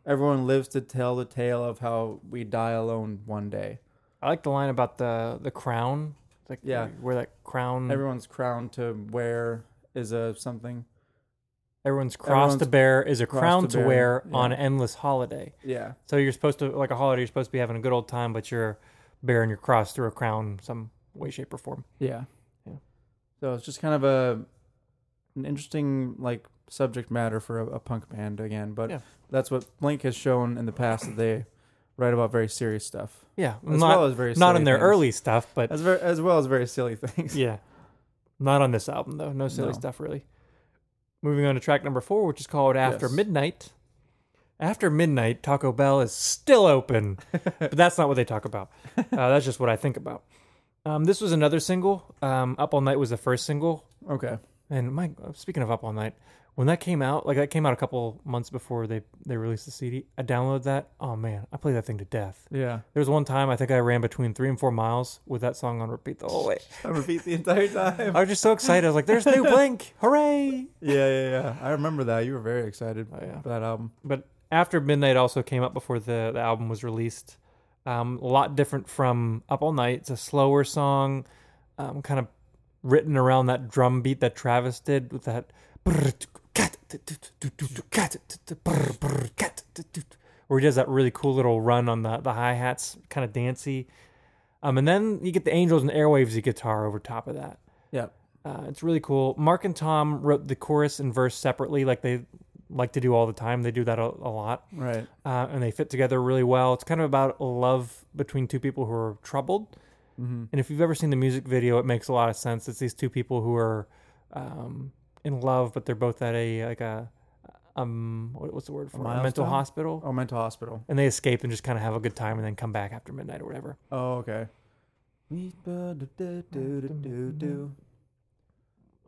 [SPEAKER 3] everyone lives to tell the tale of how we die alone one day.
[SPEAKER 1] I like the line about the the crown. It's like
[SPEAKER 3] Yeah.
[SPEAKER 1] where that crown.
[SPEAKER 3] Everyone's crown to wear is a something.
[SPEAKER 1] everyone's cross to
[SPEAKER 3] everyone's
[SPEAKER 1] bear is a
[SPEAKER 3] cross
[SPEAKER 1] crown
[SPEAKER 3] to
[SPEAKER 1] to
[SPEAKER 3] bear,
[SPEAKER 1] wear
[SPEAKER 3] yeah.
[SPEAKER 1] on an endless holiday.
[SPEAKER 3] Yeah.
[SPEAKER 1] So you're supposed to like a holiday. You're supposed to be having a good old time, but you're bearing your cross through a crown, some way, shape, or form.
[SPEAKER 3] Yeah.
[SPEAKER 1] Yeah.
[SPEAKER 3] So it's just kind of a an interesting like subject matter for a, a punk band again, but
[SPEAKER 1] Yeah.
[SPEAKER 3] that's what Blink has shown in the past that they write about very serious stuff,
[SPEAKER 1] Yeah,
[SPEAKER 3] as
[SPEAKER 1] not
[SPEAKER 3] well as very
[SPEAKER 1] not
[SPEAKER 3] silly
[SPEAKER 1] in their
[SPEAKER 3] things.
[SPEAKER 1] early stuff, but
[SPEAKER 3] as ver- as well as very silly things.
[SPEAKER 1] yeah, not on this album though. No silly
[SPEAKER 3] No.
[SPEAKER 1] stuff really. Moving on to track number four, which is called "After
[SPEAKER 3] Yes.
[SPEAKER 1] Midnight." After midnight, Taco Bell is still open, but that's not what they talk about. Uh, that's just what I think about. Um, this was another single. Um, Up all night was the first single,
[SPEAKER 3] Okay.
[SPEAKER 1] and my speaking of Up all night, when that came out, like that came out a couple months before they they released the CD. I downloaded that. Oh man, I played that thing to death.
[SPEAKER 3] Yeah.
[SPEAKER 1] There was one time I think I ran between three and four miles with that song on repeat the whole way.
[SPEAKER 3] I repeat the entire time.
[SPEAKER 1] I was just so excited. I was like, "There's new Blink! Hooray!"
[SPEAKER 3] yeah, yeah, yeah. I remember that. You were very excited
[SPEAKER 1] Oh, yeah.
[SPEAKER 3] for that album.
[SPEAKER 1] But after Midnight also came out before the, the album was released. Um, a lot different from Up All Night. It's a slower song, um, kind of written around that drum beat that Travis did with that. Where he does that really cool little run on the, the hi hats, kind of dancey. Um, and then you get the Angels and Airwaves guitar over top of that.
[SPEAKER 3] Yeah.
[SPEAKER 1] Uh, it's really cool. Mark and Tom wrote the chorus and verse separately, like they like to do all the time. They do that a, a lot,
[SPEAKER 3] Right.
[SPEAKER 1] uh, and they fit together really well. It's kind of about a love between two people who are troubled. And if you've ever seen the music video, it makes a lot of sense. It's these two people who are um, in love, but they're both at a like a um what, what's the word for it? a mental
[SPEAKER 3] milestone?
[SPEAKER 1] hospital,
[SPEAKER 3] Oh, mental hospital.
[SPEAKER 1] and they escape and just kind of have a good time, and then come back after midnight or whatever.
[SPEAKER 3] Oh, okay. Yeah.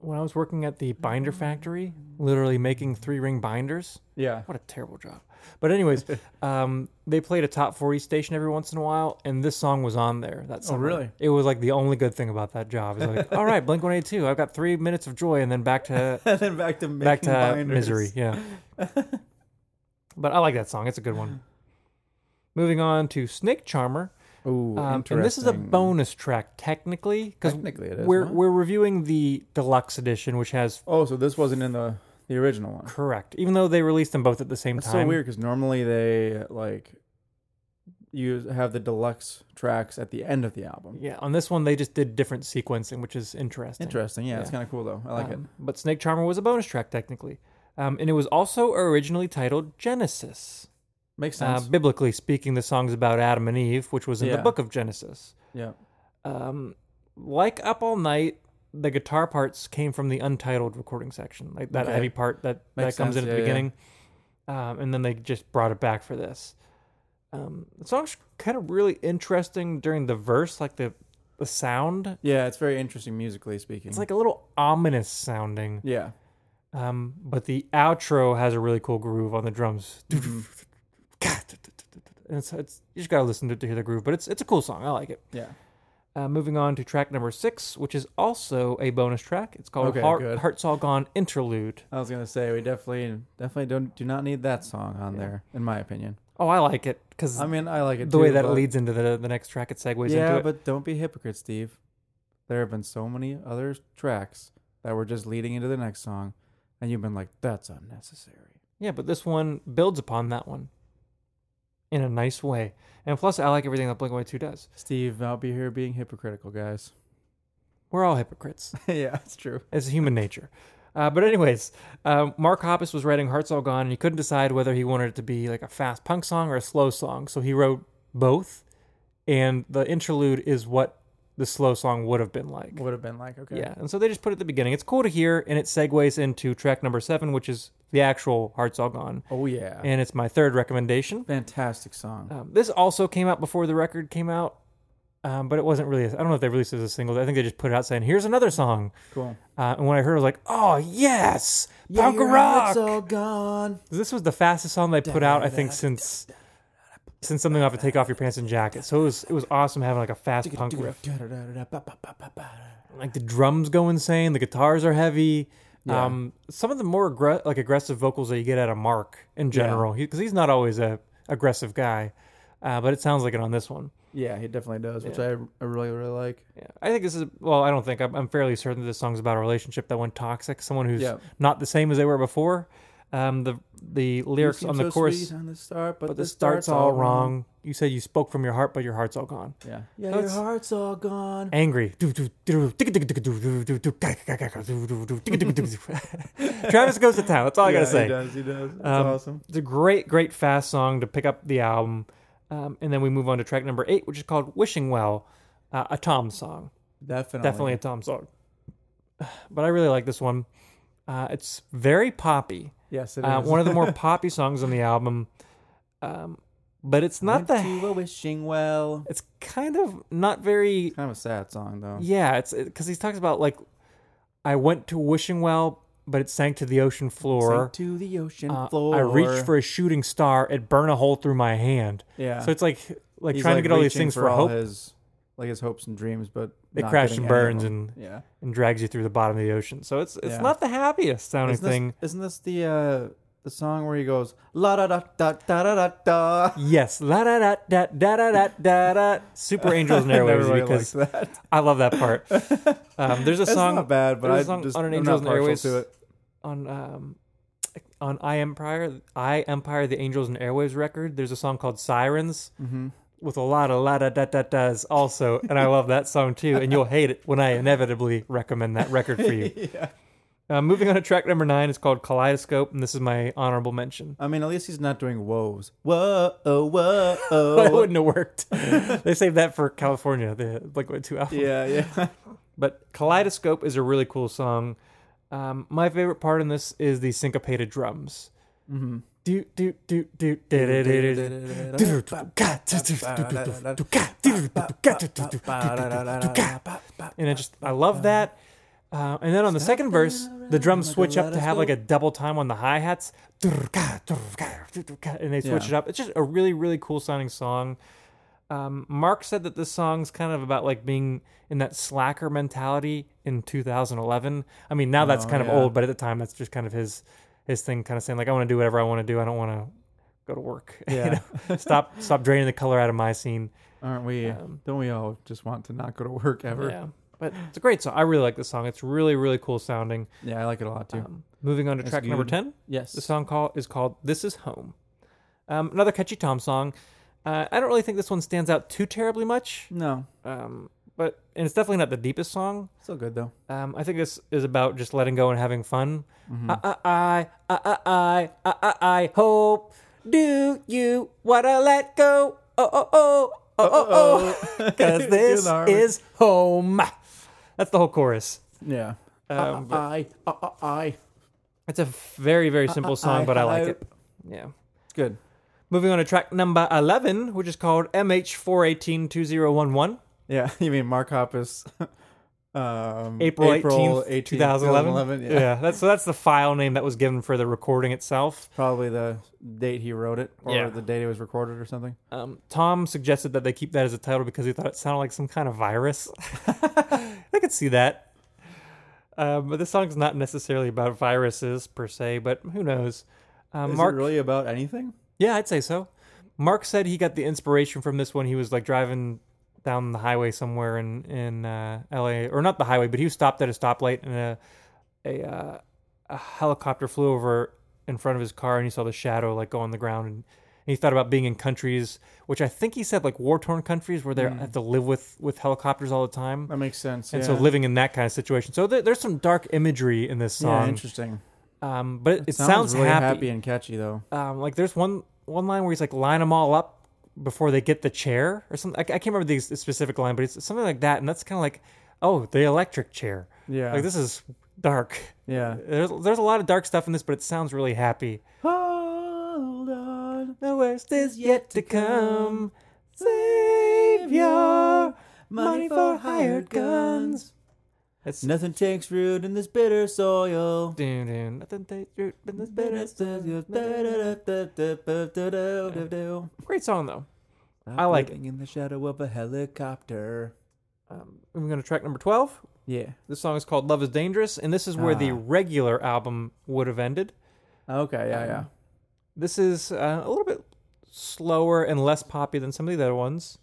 [SPEAKER 1] When I was working at the binder factory, literally making three ring binders. What a terrible job. But anyways, um, they played a top forty station every once in a while, and this song was on there. That summer.
[SPEAKER 3] Oh, really?
[SPEAKER 1] It was like the only good thing about that job. It's like, all right, Blink One Eighty Two. I've got three minutes of joy, and then back to
[SPEAKER 3] And then back to making
[SPEAKER 1] back to
[SPEAKER 3] binders.
[SPEAKER 1] misery. Yeah. but I like that song. It's a good one. Moving on to Snake Charmer,
[SPEAKER 3] Ooh,
[SPEAKER 1] um,
[SPEAKER 3] interesting.
[SPEAKER 1] and this is a bonus track technically because
[SPEAKER 3] Technically, it is,
[SPEAKER 1] we're
[SPEAKER 3] huh?
[SPEAKER 1] we're reviewing the deluxe edition, which has
[SPEAKER 3] Oh, so this wasn't in the the original one.
[SPEAKER 1] correct, even though they released them both at the same
[SPEAKER 3] That's
[SPEAKER 1] time.
[SPEAKER 3] so weird because normally they like you have the deluxe tracks at the end of the album.
[SPEAKER 1] Yeah, on this one they just did different sequencing, which is interesting.
[SPEAKER 3] Interesting. Yeah, it's
[SPEAKER 1] Yeah.
[SPEAKER 3] kind of cool though. I like it.
[SPEAKER 1] Um, But Snake Charmer was a bonus track technically, um, and it was also originally titled Genesis.
[SPEAKER 3] Makes
[SPEAKER 1] Uh,
[SPEAKER 3] sense.
[SPEAKER 1] biblically speaking, the song's about Adam and Eve, which was in the
[SPEAKER 3] Yeah.
[SPEAKER 1] book of Genesis.
[SPEAKER 3] yeah.
[SPEAKER 1] Um, like Up All Night, the guitar parts came from the untitled recording section, like that
[SPEAKER 3] Okay.
[SPEAKER 1] heavy part that
[SPEAKER 3] Makes
[SPEAKER 1] that comes
[SPEAKER 3] sense,
[SPEAKER 1] in at the
[SPEAKER 3] yeah, yeah.
[SPEAKER 1] beginning, um, and then they just brought it back for this. Um, the song's kind of really interesting during the verse, like the the sound
[SPEAKER 3] Yeah, it's very interesting musically speaking.
[SPEAKER 1] It's like a little ominous sounding.
[SPEAKER 3] yeah.
[SPEAKER 1] Um, but the outro has a really cool groove on the drums.
[SPEAKER 3] Mm-hmm.
[SPEAKER 1] And it's, it's you just gotta listen to it to hear the groove, but it's it's a cool song. I like it.
[SPEAKER 3] Yeah.
[SPEAKER 1] Uh, moving on to track number six, which is also a bonus track. It's called
[SPEAKER 3] Okay,
[SPEAKER 1] Heart,
[SPEAKER 3] good.
[SPEAKER 1] Heart's All Gone Interlude.
[SPEAKER 3] I was gonna say we definitely definitely don't do not need that song on there, in my opinion.
[SPEAKER 1] Oh, I like it because
[SPEAKER 3] I mean, I like it
[SPEAKER 1] the way
[SPEAKER 3] too,
[SPEAKER 1] that it
[SPEAKER 3] but-
[SPEAKER 1] leads into the the next track, it segues
[SPEAKER 3] Yeah,
[SPEAKER 1] into it.
[SPEAKER 3] but don't be hypocrite, Steve. There have been so many other tracks that were just leading into the next song, and you've been like, "That's unnecessary."
[SPEAKER 1] Yeah, but this one builds upon that one in a nice way. And plus, I like everything that Blink One Two does.
[SPEAKER 3] Steve, I'll be here being hypocritical, guys.
[SPEAKER 1] We're all hypocrites.
[SPEAKER 3] yeah, that's true.
[SPEAKER 1] It's human nature. Uh, but anyways, uh, Mark Hoppus was writing Hearts All Gone, and he couldn't decide whether he wanted it to be like a fast punk song or a slow song. So he wrote both, and the interlude is what the slow song would have been like.
[SPEAKER 3] Would have been like, okay,
[SPEAKER 1] Yeah, and so they just put it at the beginning. It's cool to hear, and it segues into track number seven, which is the actual Hearts All Gone,
[SPEAKER 3] oh yeah,
[SPEAKER 1] and it's my third recommendation.
[SPEAKER 3] fantastic song.
[SPEAKER 1] Um, this also came out before the record came out, um, but it wasn't really. I I don't know if they released it as a single. I think they just put it out saying, "Here's another song."
[SPEAKER 3] cool.
[SPEAKER 1] Uh, and when I heard, it, I was like, "Oh yes, punk
[SPEAKER 3] Your
[SPEAKER 1] rock!"
[SPEAKER 3] heart's all gone.
[SPEAKER 1] This was the fastest song they put out, I think, since since something off of "Take Off Your Pants and Jacket." So it was it was awesome having like a fast punk riff. Like the drums go insane, the guitars are heavy. Um, some of the more aggr- like aggressive vocals that you get out of Mark in general, because he's not always a aggressive guy, uh, but it sounds like it on this one.
[SPEAKER 3] Yeah, he definitely does, which I, I really really like.
[SPEAKER 1] Yeah, I think this is well. I don't think I'm, I'm fairly certain that this song's about a relationship that went toxic, someone who's
[SPEAKER 3] Yeah.
[SPEAKER 1] not the same as they were before, Um, the the lyrics
[SPEAKER 3] You
[SPEAKER 1] on
[SPEAKER 3] seem
[SPEAKER 1] the
[SPEAKER 3] so
[SPEAKER 1] chorus,
[SPEAKER 3] sweet on the start, but,
[SPEAKER 1] but the start's all wrong. You said you spoke from your heart, but your heart's all gone.
[SPEAKER 3] Yeah, yeah,
[SPEAKER 1] That's-
[SPEAKER 3] your heart's all gone.
[SPEAKER 1] Angry. Travis goes to town. That's all I gotta say.
[SPEAKER 3] He does. He does. It's
[SPEAKER 1] Um,
[SPEAKER 3] awesome.
[SPEAKER 1] It's a great, great fast song to pick up the album. Um, and then we move on to track number eight, which is called Wishing Well, uh, a Tom song.
[SPEAKER 3] Definitely.
[SPEAKER 1] Definitely a Tom song. But I really like this one. Uh, it's very poppy.
[SPEAKER 3] Yes, it is.
[SPEAKER 1] Uh, one of the more poppy songs on the album. Um, but it's not the.
[SPEAKER 3] To a wishing well.
[SPEAKER 1] It's kind of not very
[SPEAKER 3] Kind of a sad song though.
[SPEAKER 1] Yeah, it's because he talks about like I went to wishing well, but it sank to the ocean floor.
[SPEAKER 3] Sink to the ocean
[SPEAKER 1] Uh,
[SPEAKER 3] floor.
[SPEAKER 1] I reached for a shooting star; it burned a hole through my hand.
[SPEAKER 3] Yeah.
[SPEAKER 1] So it's like like
[SPEAKER 3] He's,
[SPEAKER 1] trying
[SPEAKER 3] like,
[SPEAKER 1] to get all these
[SPEAKER 3] reaching
[SPEAKER 1] things for,
[SPEAKER 3] all
[SPEAKER 1] hope
[SPEAKER 3] His, like his hopes and dreams, but
[SPEAKER 1] It
[SPEAKER 3] not
[SPEAKER 1] crashed
[SPEAKER 3] getting
[SPEAKER 1] and
[SPEAKER 3] any of
[SPEAKER 1] burns
[SPEAKER 3] them.
[SPEAKER 1] and
[SPEAKER 3] yeah.
[SPEAKER 1] and drags you through the bottom of the ocean. So it's it's
[SPEAKER 3] Yeah.
[SPEAKER 1] not the happiest sounding
[SPEAKER 3] Isn't
[SPEAKER 1] thing.
[SPEAKER 3] this, isn't this the uh, the song where he goes la da da da da da da da?
[SPEAKER 1] Yes, la da da da da da da da da. Super Angels and Airwaves
[SPEAKER 3] Everybody
[SPEAKER 1] because
[SPEAKER 3] likes that.
[SPEAKER 1] I love that part. Um, there's a
[SPEAKER 3] It's
[SPEAKER 1] song
[SPEAKER 3] not bad, but
[SPEAKER 1] there's a
[SPEAKER 3] I
[SPEAKER 1] song
[SPEAKER 3] just
[SPEAKER 1] on an
[SPEAKER 3] I'm
[SPEAKER 1] Angels and
[SPEAKER 3] not partial
[SPEAKER 1] Airways
[SPEAKER 3] to it.
[SPEAKER 1] on um on I Empire, I Empire, the Angels and Airwaves record. There's a song called Sirens
[SPEAKER 3] Mm-hmm.
[SPEAKER 1] with a lot of la da da da da's also, and I love that song too. And you'll hate it when I inevitably recommend that record for you. Uh, moving on to track number nine, it's called Kaleidoscope, and this is my honorable mention.
[SPEAKER 3] I mean, at least he's not doing woes. Whoa, oh, whoa,
[SPEAKER 1] That
[SPEAKER 3] oh.
[SPEAKER 1] wouldn't have worked. they saved that for California, the Blink One Two album.
[SPEAKER 3] yeah, yeah.
[SPEAKER 1] But Kaleidoscope is a really cool song. Um, my favorite part in this is the syncopated drums. Do do do do do do do do. And I just I love that. Uh, and then on the second verse, the drums switch up to have like a double time on the hi hats, and they switch
[SPEAKER 3] Yeah.
[SPEAKER 1] it up. It's just a really really cool sounding song. Um, Mark said that this song's kind of about like being in that slacker mentality in 2011. I mean, now that's
[SPEAKER 3] Oh,
[SPEAKER 1] kind of
[SPEAKER 3] yeah.
[SPEAKER 1] old, but at the time that's just kind of his his thing, kind of saying like I want to do whatever I want to do. I don't want to go to work. You
[SPEAKER 3] Yeah.
[SPEAKER 1] know? stop stop draining the color out of my scene.
[SPEAKER 3] Aren't we?
[SPEAKER 1] Um,
[SPEAKER 3] don't we all just want to not go to work ever?
[SPEAKER 1] Yeah, but it's a great song. I really like this song. It's really really cool sounding.
[SPEAKER 3] Yeah, I like it a lot too.
[SPEAKER 1] Um, moving on to
[SPEAKER 3] That's
[SPEAKER 1] track number
[SPEAKER 3] good.
[SPEAKER 1] ten.
[SPEAKER 3] yes.
[SPEAKER 1] The song call is called "This Is Home." Um, another catchy Tom song. Uh, I don't really think this one stands out too terribly much,
[SPEAKER 3] no,
[SPEAKER 1] um, but and it's definitely not the deepest song.
[SPEAKER 3] still good though.
[SPEAKER 1] Um, I think this is about just letting go and having fun. I, I, I, I, I, I, I, I hope. Do you wanna let go? Oh, oh, oh, oh, oh, oh. Because
[SPEAKER 3] Do
[SPEAKER 1] this
[SPEAKER 3] the harmony.
[SPEAKER 1] is home. That's the whole chorus.
[SPEAKER 3] Yeah. Uh,
[SPEAKER 1] Um, but
[SPEAKER 3] I, I, I, I.
[SPEAKER 1] it's a very, very simple song, but Uh, I like it.
[SPEAKER 3] hope.
[SPEAKER 1] Yeah.
[SPEAKER 3] It's good.
[SPEAKER 1] Moving on to track number 11, which is called MH4182011.
[SPEAKER 3] Yeah, you mean Mark Hoppus? Um,
[SPEAKER 1] April 18th,
[SPEAKER 3] 18th,
[SPEAKER 1] 2011.
[SPEAKER 3] Yeah.
[SPEAKER 1] yeah. that's so that's the file name that was given for the recording itself.
[SPEAKER 3] probably the date he wrote it, or
[SPEAKER 1] Yeah.
[SPEAKER 3] the date it was recorded, or something.
[SPEAKER 1] Um, Tom suggested that they keep that as a title because he thought it sounded like some kind of virus. I could see that. Um, but this song's not necessarily about viruses per se, but who knows? Um,
[SPEAKER 3] Is
[SPEAKER 1] Mark,
[SPEAKER 3] it really about anything?
[SPEAKER 1] yeah, I'd say so. Mark said he got the inspiration from this when he was like driving down the highway somewhere in in uh, L.A. or not the highway, but he was stopped at a stoplight and a a, uh, a helicopter flew over in front of his car and he saw the shadow like go on the ground and, and he thought about being in countries which I think he said like war torn countries where they
[SPEAKER 3] Hmm.
[SPEAKER 1] have to live with with helicopters all the time
[SPEAKER 3] That makes sense.
[SPEAKER 1] and
[SPEAKER 3] Oh, yeah.
[SPEAKER 1] so living in that kind of situation. So there, there's some dark imagery in this
[SPEAKER 3] Yeah,
[SPEAKER 1] song,
[SPEAKER 3] interesting.
[SPEAKER 1] um, but it, it sounds,
[SPEAKER 3] really happy.
[SPEAKER 1] happy
[SPEAKER 3] and catchy though.
[SPEAKER 1] um, like there's one one line where he's like line them all up before they get the chair or something. I, I can't remember the s- specific line, but it's something like that, and that's kind of like oh the electric chair.
[SPEAKER 3] Yeah.
[SPEAKER 1] like this is dark.
[SPEAKER 3] Yeah.
[SPEAKER 1] There's there's a lot of dark stuff in this, but it sounds really happy.
[SPEAKER 3] Hold on,
[SPEAKER 1] The worst is yet to come. Save your money for hired guns. That's
[SPEAKER 3] Nothing takes root in this bitter soil.
[SPEAKER 1] Dun, dun, nothing takes root in this bitter soil.
[SPEAKER 3] I
[SPEAKER 1] Great song though. I like it.
[SPEAKER 3] in the shadow of a helicopter.
[SPEAKER 1] Um, I'm going to track number twelve,
[SPEAKER 3] Yeah.
[SPEAKER 1] This song is called Love is Dangerous, and this is where the
[SPEAKER 3] Ah.
[SPEAKER 1] regular album would have ended.
[SPEAKER 3] Okay. Yeah. Yeah.
[SPEAKER 1] This is uh, a little bit slower and less poppy than some of the other ones.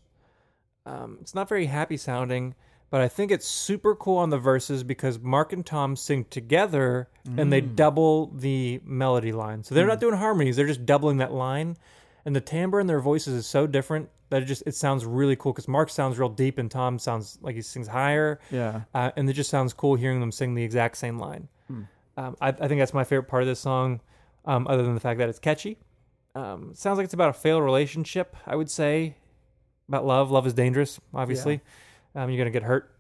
[SPEAKER 1] Um, it's not very happy sounding, but I think it's super cool on the verses because Mark and Tom sing together and they double the melody line. So they're not doing harmonies; they're just doubling that line. And the timbre in their voices is so different that it just it sounds really cool because Mark sounds real deep and Tom sounds like he sings higher.
[SPEAKER 3] Yeah.
[SPEAKER 1] uh, and it just sounds cool hearing them sing the exact same line. Um, I, I think that's my favorite part of this song, um, other than the fact that it's catchy. Um, sounds like it's about a failed relationship. I would say about love. Love is dangerous. Obviously, um, you're gonna get hurt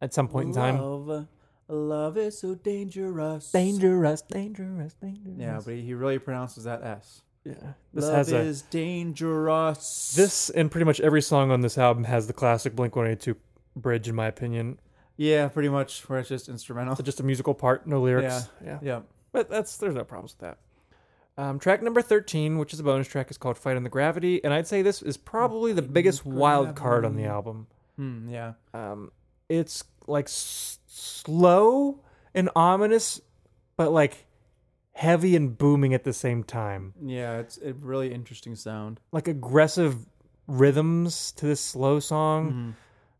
[SPEAKER 1] at some point in time.
[SPEAKER 3] Love, love is so dangerous.
[SPEAKER 1] Dangerous, dangerous, dangerous.
[SPEAKER 3] Yeah, but he, he really pronounces that S.
[SPEAKER 1] yeah. This
[SPEAKER 3] love
[SPEAKER 1] has a
[SPEAKER 3] is dangerous.
[SPEAKER 1] this and pretty much every song on this album has the classic Blink 182 bridge, in my opinion.
[SPEAKER 3] Yeah, pretty much where it's just instrumental.
[SPEAKER 1] Just a musical part, no lyrics. yeah.
[SPEAKER 3] Yeah.
[SPEAKER 1] But that's there's no problems with that. Um, track number thirteen, which is a bonus track, is called "Fight on the Gravity," and I'd say this is probably the biggest wild card on the album.
[SPEAKER 3] Hmm, yeah.
[SPEAKER 1] Um, it's like s- slow and ominous, but like heavy and booming at the same time.
[SPEAKER 3] Yeah, it's a really interesting sound.
[SPEAKER 1] Like aggressive rhythms to this slow song.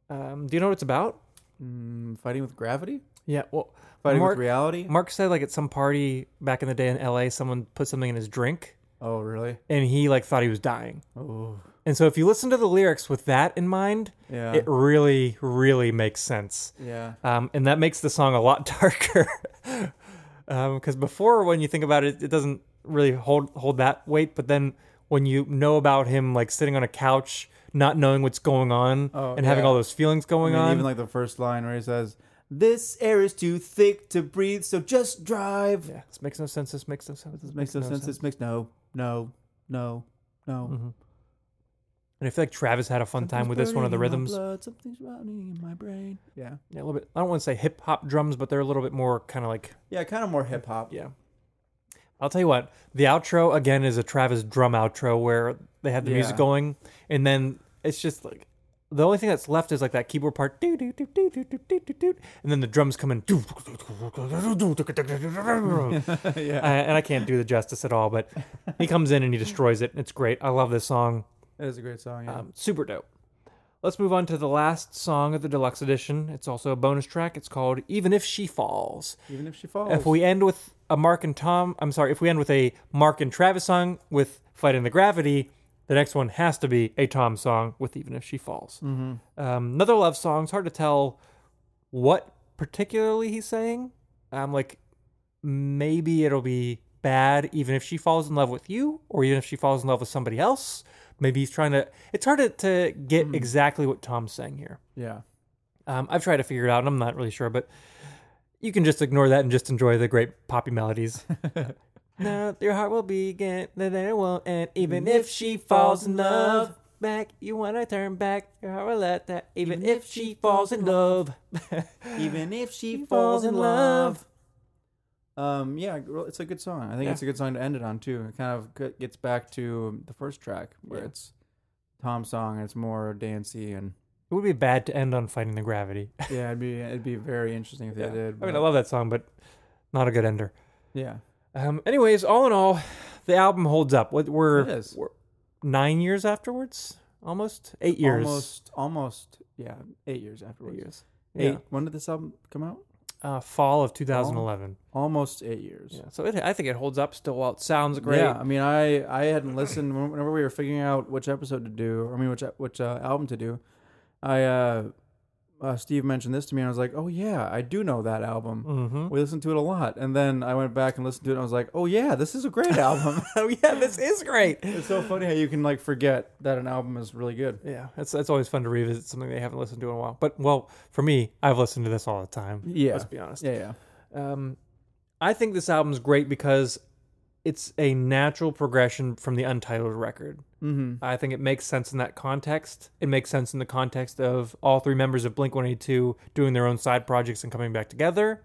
[SPEAKER 1] Um, do you know what it's about?
[SPEAKER 3] Mm, fighting with gravity?
[SPEAKER 1] Yeah. Well,
[SPEAKER 3] Fighting
[SPEAKER 1] Mark,
[SPEAKER 3] with reality?
[SPEAKER 1] Mark said like at some party back in the day in L.A., someone put something in his drink.
[SPEAKER 3] Oh, really?
[SPEAKER 1] and he like thought he was dying.
[SPEAKER 3] Oh.
[SPEAKER 1] And so if you listen to the lyrics with that in mind,
[SPEAKER 3] Yeah.
[SPEAKER 1] it really really makes sense.
[SPEAKER 3] yeah.
[SPEAKER 1] Um, and that makes the song a lot darker. Because before, when you think about it, it doesn't really hold hold that weight. But then when you know about him like sitting on a couch, not knowing what's going on,
[SPEAKER 3] Oh,
[SPEAKER 1] and having
[SPEAKER 3] yeah.
[SPEAKER 1] all those feelings going
[SPEAKER 3] I mean,
[SPEAKER 1] on,
[SPEAKER 3] even like the first line where he says, "This air is too thick to breathe, so just drive."
[SPEAKER 1] yeah, this makes no sense. This makes no sense.
[SPEAKER 3] This makes no, sense. This makes no, no, no, no.
[SPEAKER 1] And I feel like Travis had a fun time with this one of the
[SPEAKER 3] Burning in my
[SPEAKER 1] rhythms.
[SPEAKER 3] blood, something's running in my brain. Yeah,
[SPEAKER 1] Yeah, a little bit. I don't want to say hip hop drums, but they're a little bit more kind of like
[SPEAKER 3] yeah, kind of more hip hop.
[SPEAKER 1] Yeah. I'll tell you what, the outro again is a Travis drum outro where they had the music
[SPEAKER 3] Yeah.
[SPEAKER 1] going and then it's just like the only thing that's left is like that keyboard part doo doo doo doo doo doo doo doo doo and then the drums come in doo- Uh, and I can't do the justice at all, but he comes in and he destroys it. It's great. I love this song.
[SPEAKER 3] That is a great song. Yeah,
[SPEAKER 1] Um, super dope. Let's move on to the last song of the deluxe edition. It's also a bonus track. It's called Even If She Falls.
[SPEAKER 3] even if she falls.
[SPEAKER 1] If we end with a Mark and Tom, I'm sorry, if we end with a Mark and Travis song with Fighting the Gravity, the next one has to be a Tom song with Even If She Falls. Um, another love song. It's hard to tell what particularly he's saying. Um, like, maybe it'll be bad even if she falls in love with you or even if she falls in love with somebody else. Maybe he's trying to. It's hard to, to get exactly what Tom's saying here.
[SPEAKER 3] yeah,
[SPEAKER 1] Um, I've tried to figure it out, and I'm not really sure, but you can just ignore that and just enjoy the great poppy melodies. now your heart will begin, then it won't end. Even if she falls in love, back you wanna turn back. Your heart will let that. Even if she falls in love,
[SPEAKER 3] even if she
[SPEAKER 1] falls in love.
[SPEAKER 3] Um, yeah, well, it's a good song. I think
[SPEAKER 1] Yeah.
[SPEAKER 3] it's a good song to end it on too. It kind of g- gets back to the first track where
[SPEAKER 1] Yeah.
[SPEAKER 3] it's Tom's song and it's more dancey and
[SPEAKER 1] it would be bad to end on fighting the gravity.
[SPEAKER 3] yeah, it'd be it'd be very interesting if they did.
[SPEAKER 1] I mean,
[SPEAKER 3] but-
[SPEAKER 1] I love that song, but not a good ender.
[SPEAKER 3] yeah,
[SPEAKER 1] Um, anyways, all in all, the album holds up. What we're,
[SPEAKER 3] It is.
[SPEAKER 1] we're nine years afterwards, almost eight years.
[SPEAKER 3] almost almost yeah, eight years afterwards.
[SPEAKER 1] Eight years.
[SPEAKER 3] Eight.
[SPEAKER 1] Yeah.
[SPEAKER 3] When did this album come out?
[SPEAKER 1] Uh, fall of 2011.
[SPEAKER 3] Almost eight years.
[SPEAKER 1] Yeah, so it, I think it holds up still. Well, it sounds great.
[SPEAKER 3] Yeah, I mean, I I hadn't listened whenever we were figuring out which episode to do. I mean, which which uh, album to do. I uh, uh, Steve mentioned this to me, and I was like, "Oh yeah, I do know that album.
[SPEAKER 1] Mm-hmm.
[SPEAKER 3] We listened to it a lot." And then I went back and listened to it, and I was like, "Oh yeah, this is a great album."
[SPEAKER 1] Oh yeah, this is great.
[SPEAKER 3] it's so funny how you can like forget that an album is really good.
[SPEAKER 1] Yeah, it's it's always fun to revisit something they haven't listened to in a while. But well, for me, I've listened to this all the time.
[SPEAKER 3] Yeah.
[SPEAKER 1] let's be honest.
[SPEAKER 3] Yeah, yeah,
[SPEAKER 1] Um, I think this album's great because it's a natural progression from the untitled record. Mm-hmm. I think it makes sense in that context. It makes sense in the context of all three members of Blink 182 doing their own side projects and coming back together.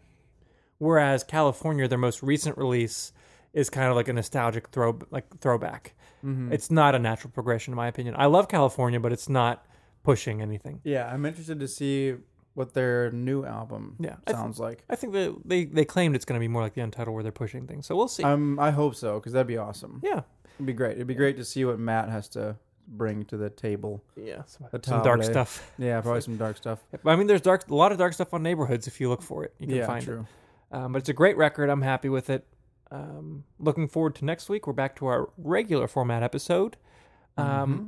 [SPEAKER 1] Whereas California, their most recent release, is kind of like a nostalgic throw like throwback. It's not a natural progression, in my opinion. I love California, but it's not pushing anything.
[SPEAKER 3] yeah. I'm interested to see what their new album
[SPEAKER 1] Yeah, I th-
[SPEAKER 3] sounds like.
[SPEAKER 1] I think that they, they claimed it's going to be more like the Untitled where they're pushing things. So we'll see.
[SPEAKER 3] Um, I hope so because that'd be awesome.
[SPEAKER 1] yeah.
[SPEAKER 3] It'd be great. It'd be great to see what Matt has to bring to the table.
[SPEAKER 1] Yeah, some,
[SPEAKER 3] That's
[SPEAKER 1] some
[SPEAKER 3] how
[SPEAKER 1] dark
[SPEAKER 3] they-
[SPEAKER 1] stuff.
[SPEAKER 3] Yeah, probably some dark stuff.
[SPEAKER 1] I mean, there's dark, a lot of dark stuff on neighborhoods. If you look for it, you can
[SPEAKER 3] yeah,
[SPEAKER 1] find
[SPEAKER 3] true.
[SPEAKER 1] it. Um, but it's a great record. I'm happy with it. Um, looking forward to next week. We're back to our regular format episode. Um,
[SPEAKER 3] Mm-hmm.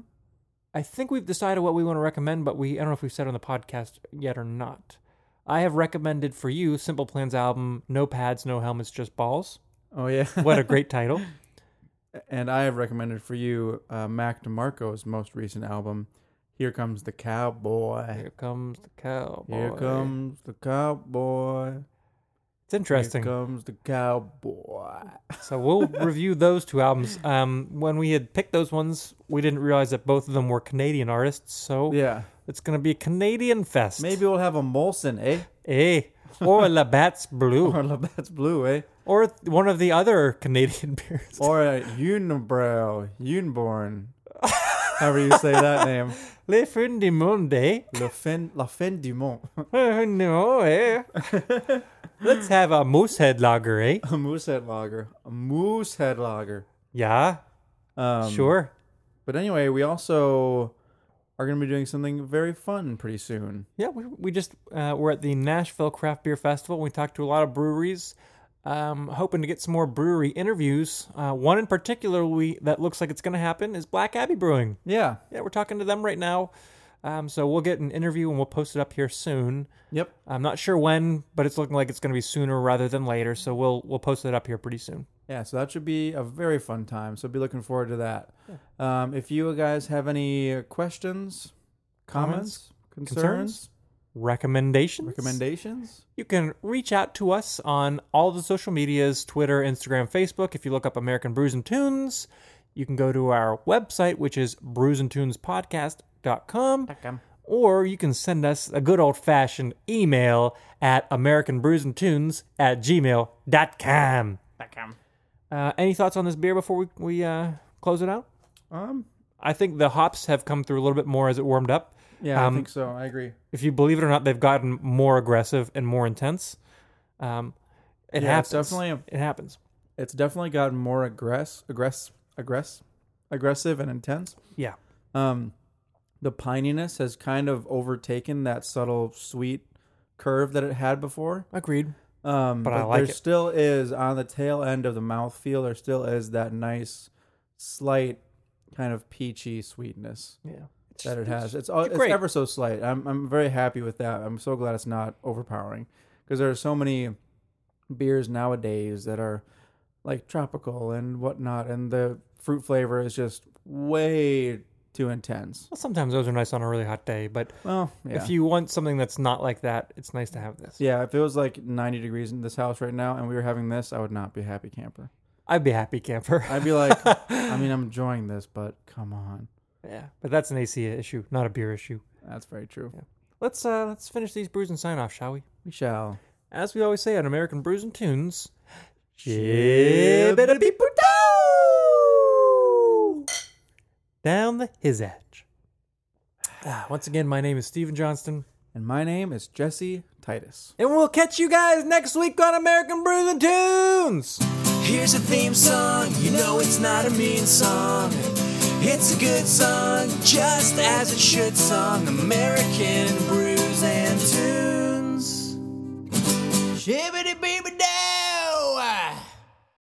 [SPEAKER 1] I think we've decided what we want to recommend, but we I don't know if we've said on the podcast yet or not. I have recommended for you Simple Plan's album "No Pads, No Helmets, Just Balls."
[SPEAKER 3] Oh yeah,
[SPEAKER 1] What a great title!
[SPEAKER 3] and I have recommended for you uh, Mac DeMarco's most recent album, "Here Comes the Cowboy."
[SPEAKER 1] Here comes the cowboy.
[SPEAKER 3] Here comes the cowboy.
[SPEAKER 1] It's interesting.
[SPEAKER 3] Here comes the cowboy.
[SPEAKER 1] So we'll review those two albums. Um, when we had picked those ones, we didn't realize that both of them were Canadian artists. So
[SPEAKER 3] Yeah,
[SPEAKER 1] it's going to be a Canadian fest.
[SPEAKER 3] maybe we'll have a Molson, eh?
[SPEAKER 1] Eh. Or Labatt's Blue.
[SPEAKER 3] Or Labatt's Blue, eh?
[SPEAKER 1] Or one of the other Canadian beers.
[SPEAKER 3] Or a Unibrow, Unborn. However you say that name,
[SPEAKER 1] Le Fin du Monde. eh?
[SPEAKER 3] Le Fin, La Fin du Monde,
[SPEAKER 1] Oh, no, eh? Let's have a Moosehead Lager, eh?
[SPEAKER 3] a Moosehead Lager, a Moosehead Lager.
[SPEAKER 1] Yeah,
[SPEAKER 3] Um,
[SPEAKER 1] sure.
[SPEAKER 3] But anyway, we also are going to be doing something very fun pretty soon.
[SPEAKER 1] Yeah, we, we just uh, were at the Nashville Craft Beer Festival. We talked to a lot of breweries, um, hoping to get some more brewery interviews. Uh, one in particular we, that looks like it's going to happen is Black Abbey Brewing.
[SPEAKER 3] Yeah.
[SPEAKER 1] Yeah, we're talking to them right now. Um, so we'll get an interview and we'll post it up here soon.
[SPEAKER 3] Yep.
[SPEAKER 1] I'm not sure when, but it's looking like it's going to be sooner rather than later. So we'll we'll post it up here pretty soon.
[SPEAKER 3] Yeah, so that should be a very fun time. So be looking forward to that. Um, if you guys have any questions, comments, concerns,
[SPEAKER 1] Concerns? Recommendations?
[SPEAKER 3] recommendations,
[SPEAKER 1] You can reach out to us on all the social medias Twitter, Instagram, Facebook. If you look up American Brews and Tunes, you can go to our website, which is brewsandtunespodcast.com. Or you can send us a good old fashioned email at americanbrewsandtunes at gmail.com. Uh, any thoughts on this beer before we, we uh, close it out?
[SPEAKER 3] um,
[SPEAKER 1] I think the hops have come through a little bit more as it warmed up.
[SPEAKER 3] yeah,
[SPEAKER 1] Um,
[SPEAKER 3] I think so. I agree.
[SPEAKER 1] If you believe it or not, they've gotten more aggressive and more intense. Um, it
[SPEAKER 3] Yeah, it's
[SPEAKER 1] happens.
[SPEAKER 3] definitely-
[SPEAKER 1] it happens.
[SPEAKER 3] It's definitely gotten more aggress, aggress, aggress, aggressive and intense.
[SPEAKER 1] Yeah.
[SPEAKER 3] Um, the pininess has kind of overtaken that subtle sweet curve that it had before.
[SPEAKER 1] Agreed.
[SPEAKER 3] Um,
[SPEAKER 1] But
[SPEAKER 3] but,
[SPEAKER 1] I like
[SPEAKER 3] there
[SPEAKER 1] it.
[SPEAKER 3] still is on the tail end of the mouthfeel. There still is that nice, slight kind of peachy sweetness
[SPEAKER 1] Yeah.
[SPEAKER 3] that it has. It's it's, it's
[SPEAKER 1] great.
[SPEAKER 3] ever so slight. I'm I'm very happy with that. I'm so glad it's not overpowering because there are so many beers nowadays that are like tropical and whatnot, and the fruit flavor is just way too intense.
[SPEAKER 1] Well, sometimes those are nice on a really hot day, but
[SPEAKER 3] Well, yeah.
[SPEAKER 1] if you want something that's not like that, it's nice to have this.
[SPEAKER 3] yeah, if it was like 90 degrees in this house right now and we were having this, I would not be a happy camper.
[SPEAKER 1] I'd be a happy camper.
[SPEAKER 3] I'd be like, I mean, I'm enjoying this, but come on.
[SPEAKER 1] yeah. But that's an AC issue, not a beer issue.
[SPEAKER 3] That's very true.
[SPEAKER 1] Let's uh let's finish these brews and sign off, shall we?
[SPEAKER 3] We shall.
[SPEAKER 1] As we always say on American Brews and Tunes, down the his edge. Ah, once again, my name is Stephen Johnston,
[SPEAKER 3] And my name is Jesse Titus.
[SPEAKER 1] and we'll catch you guys next week on American Brews and Tunes.
[SPEAKER 2] Here's a theme song, you know it's not a mean song. It's a good song, just as it should song. American brews and tunes. Shibbity beeby day.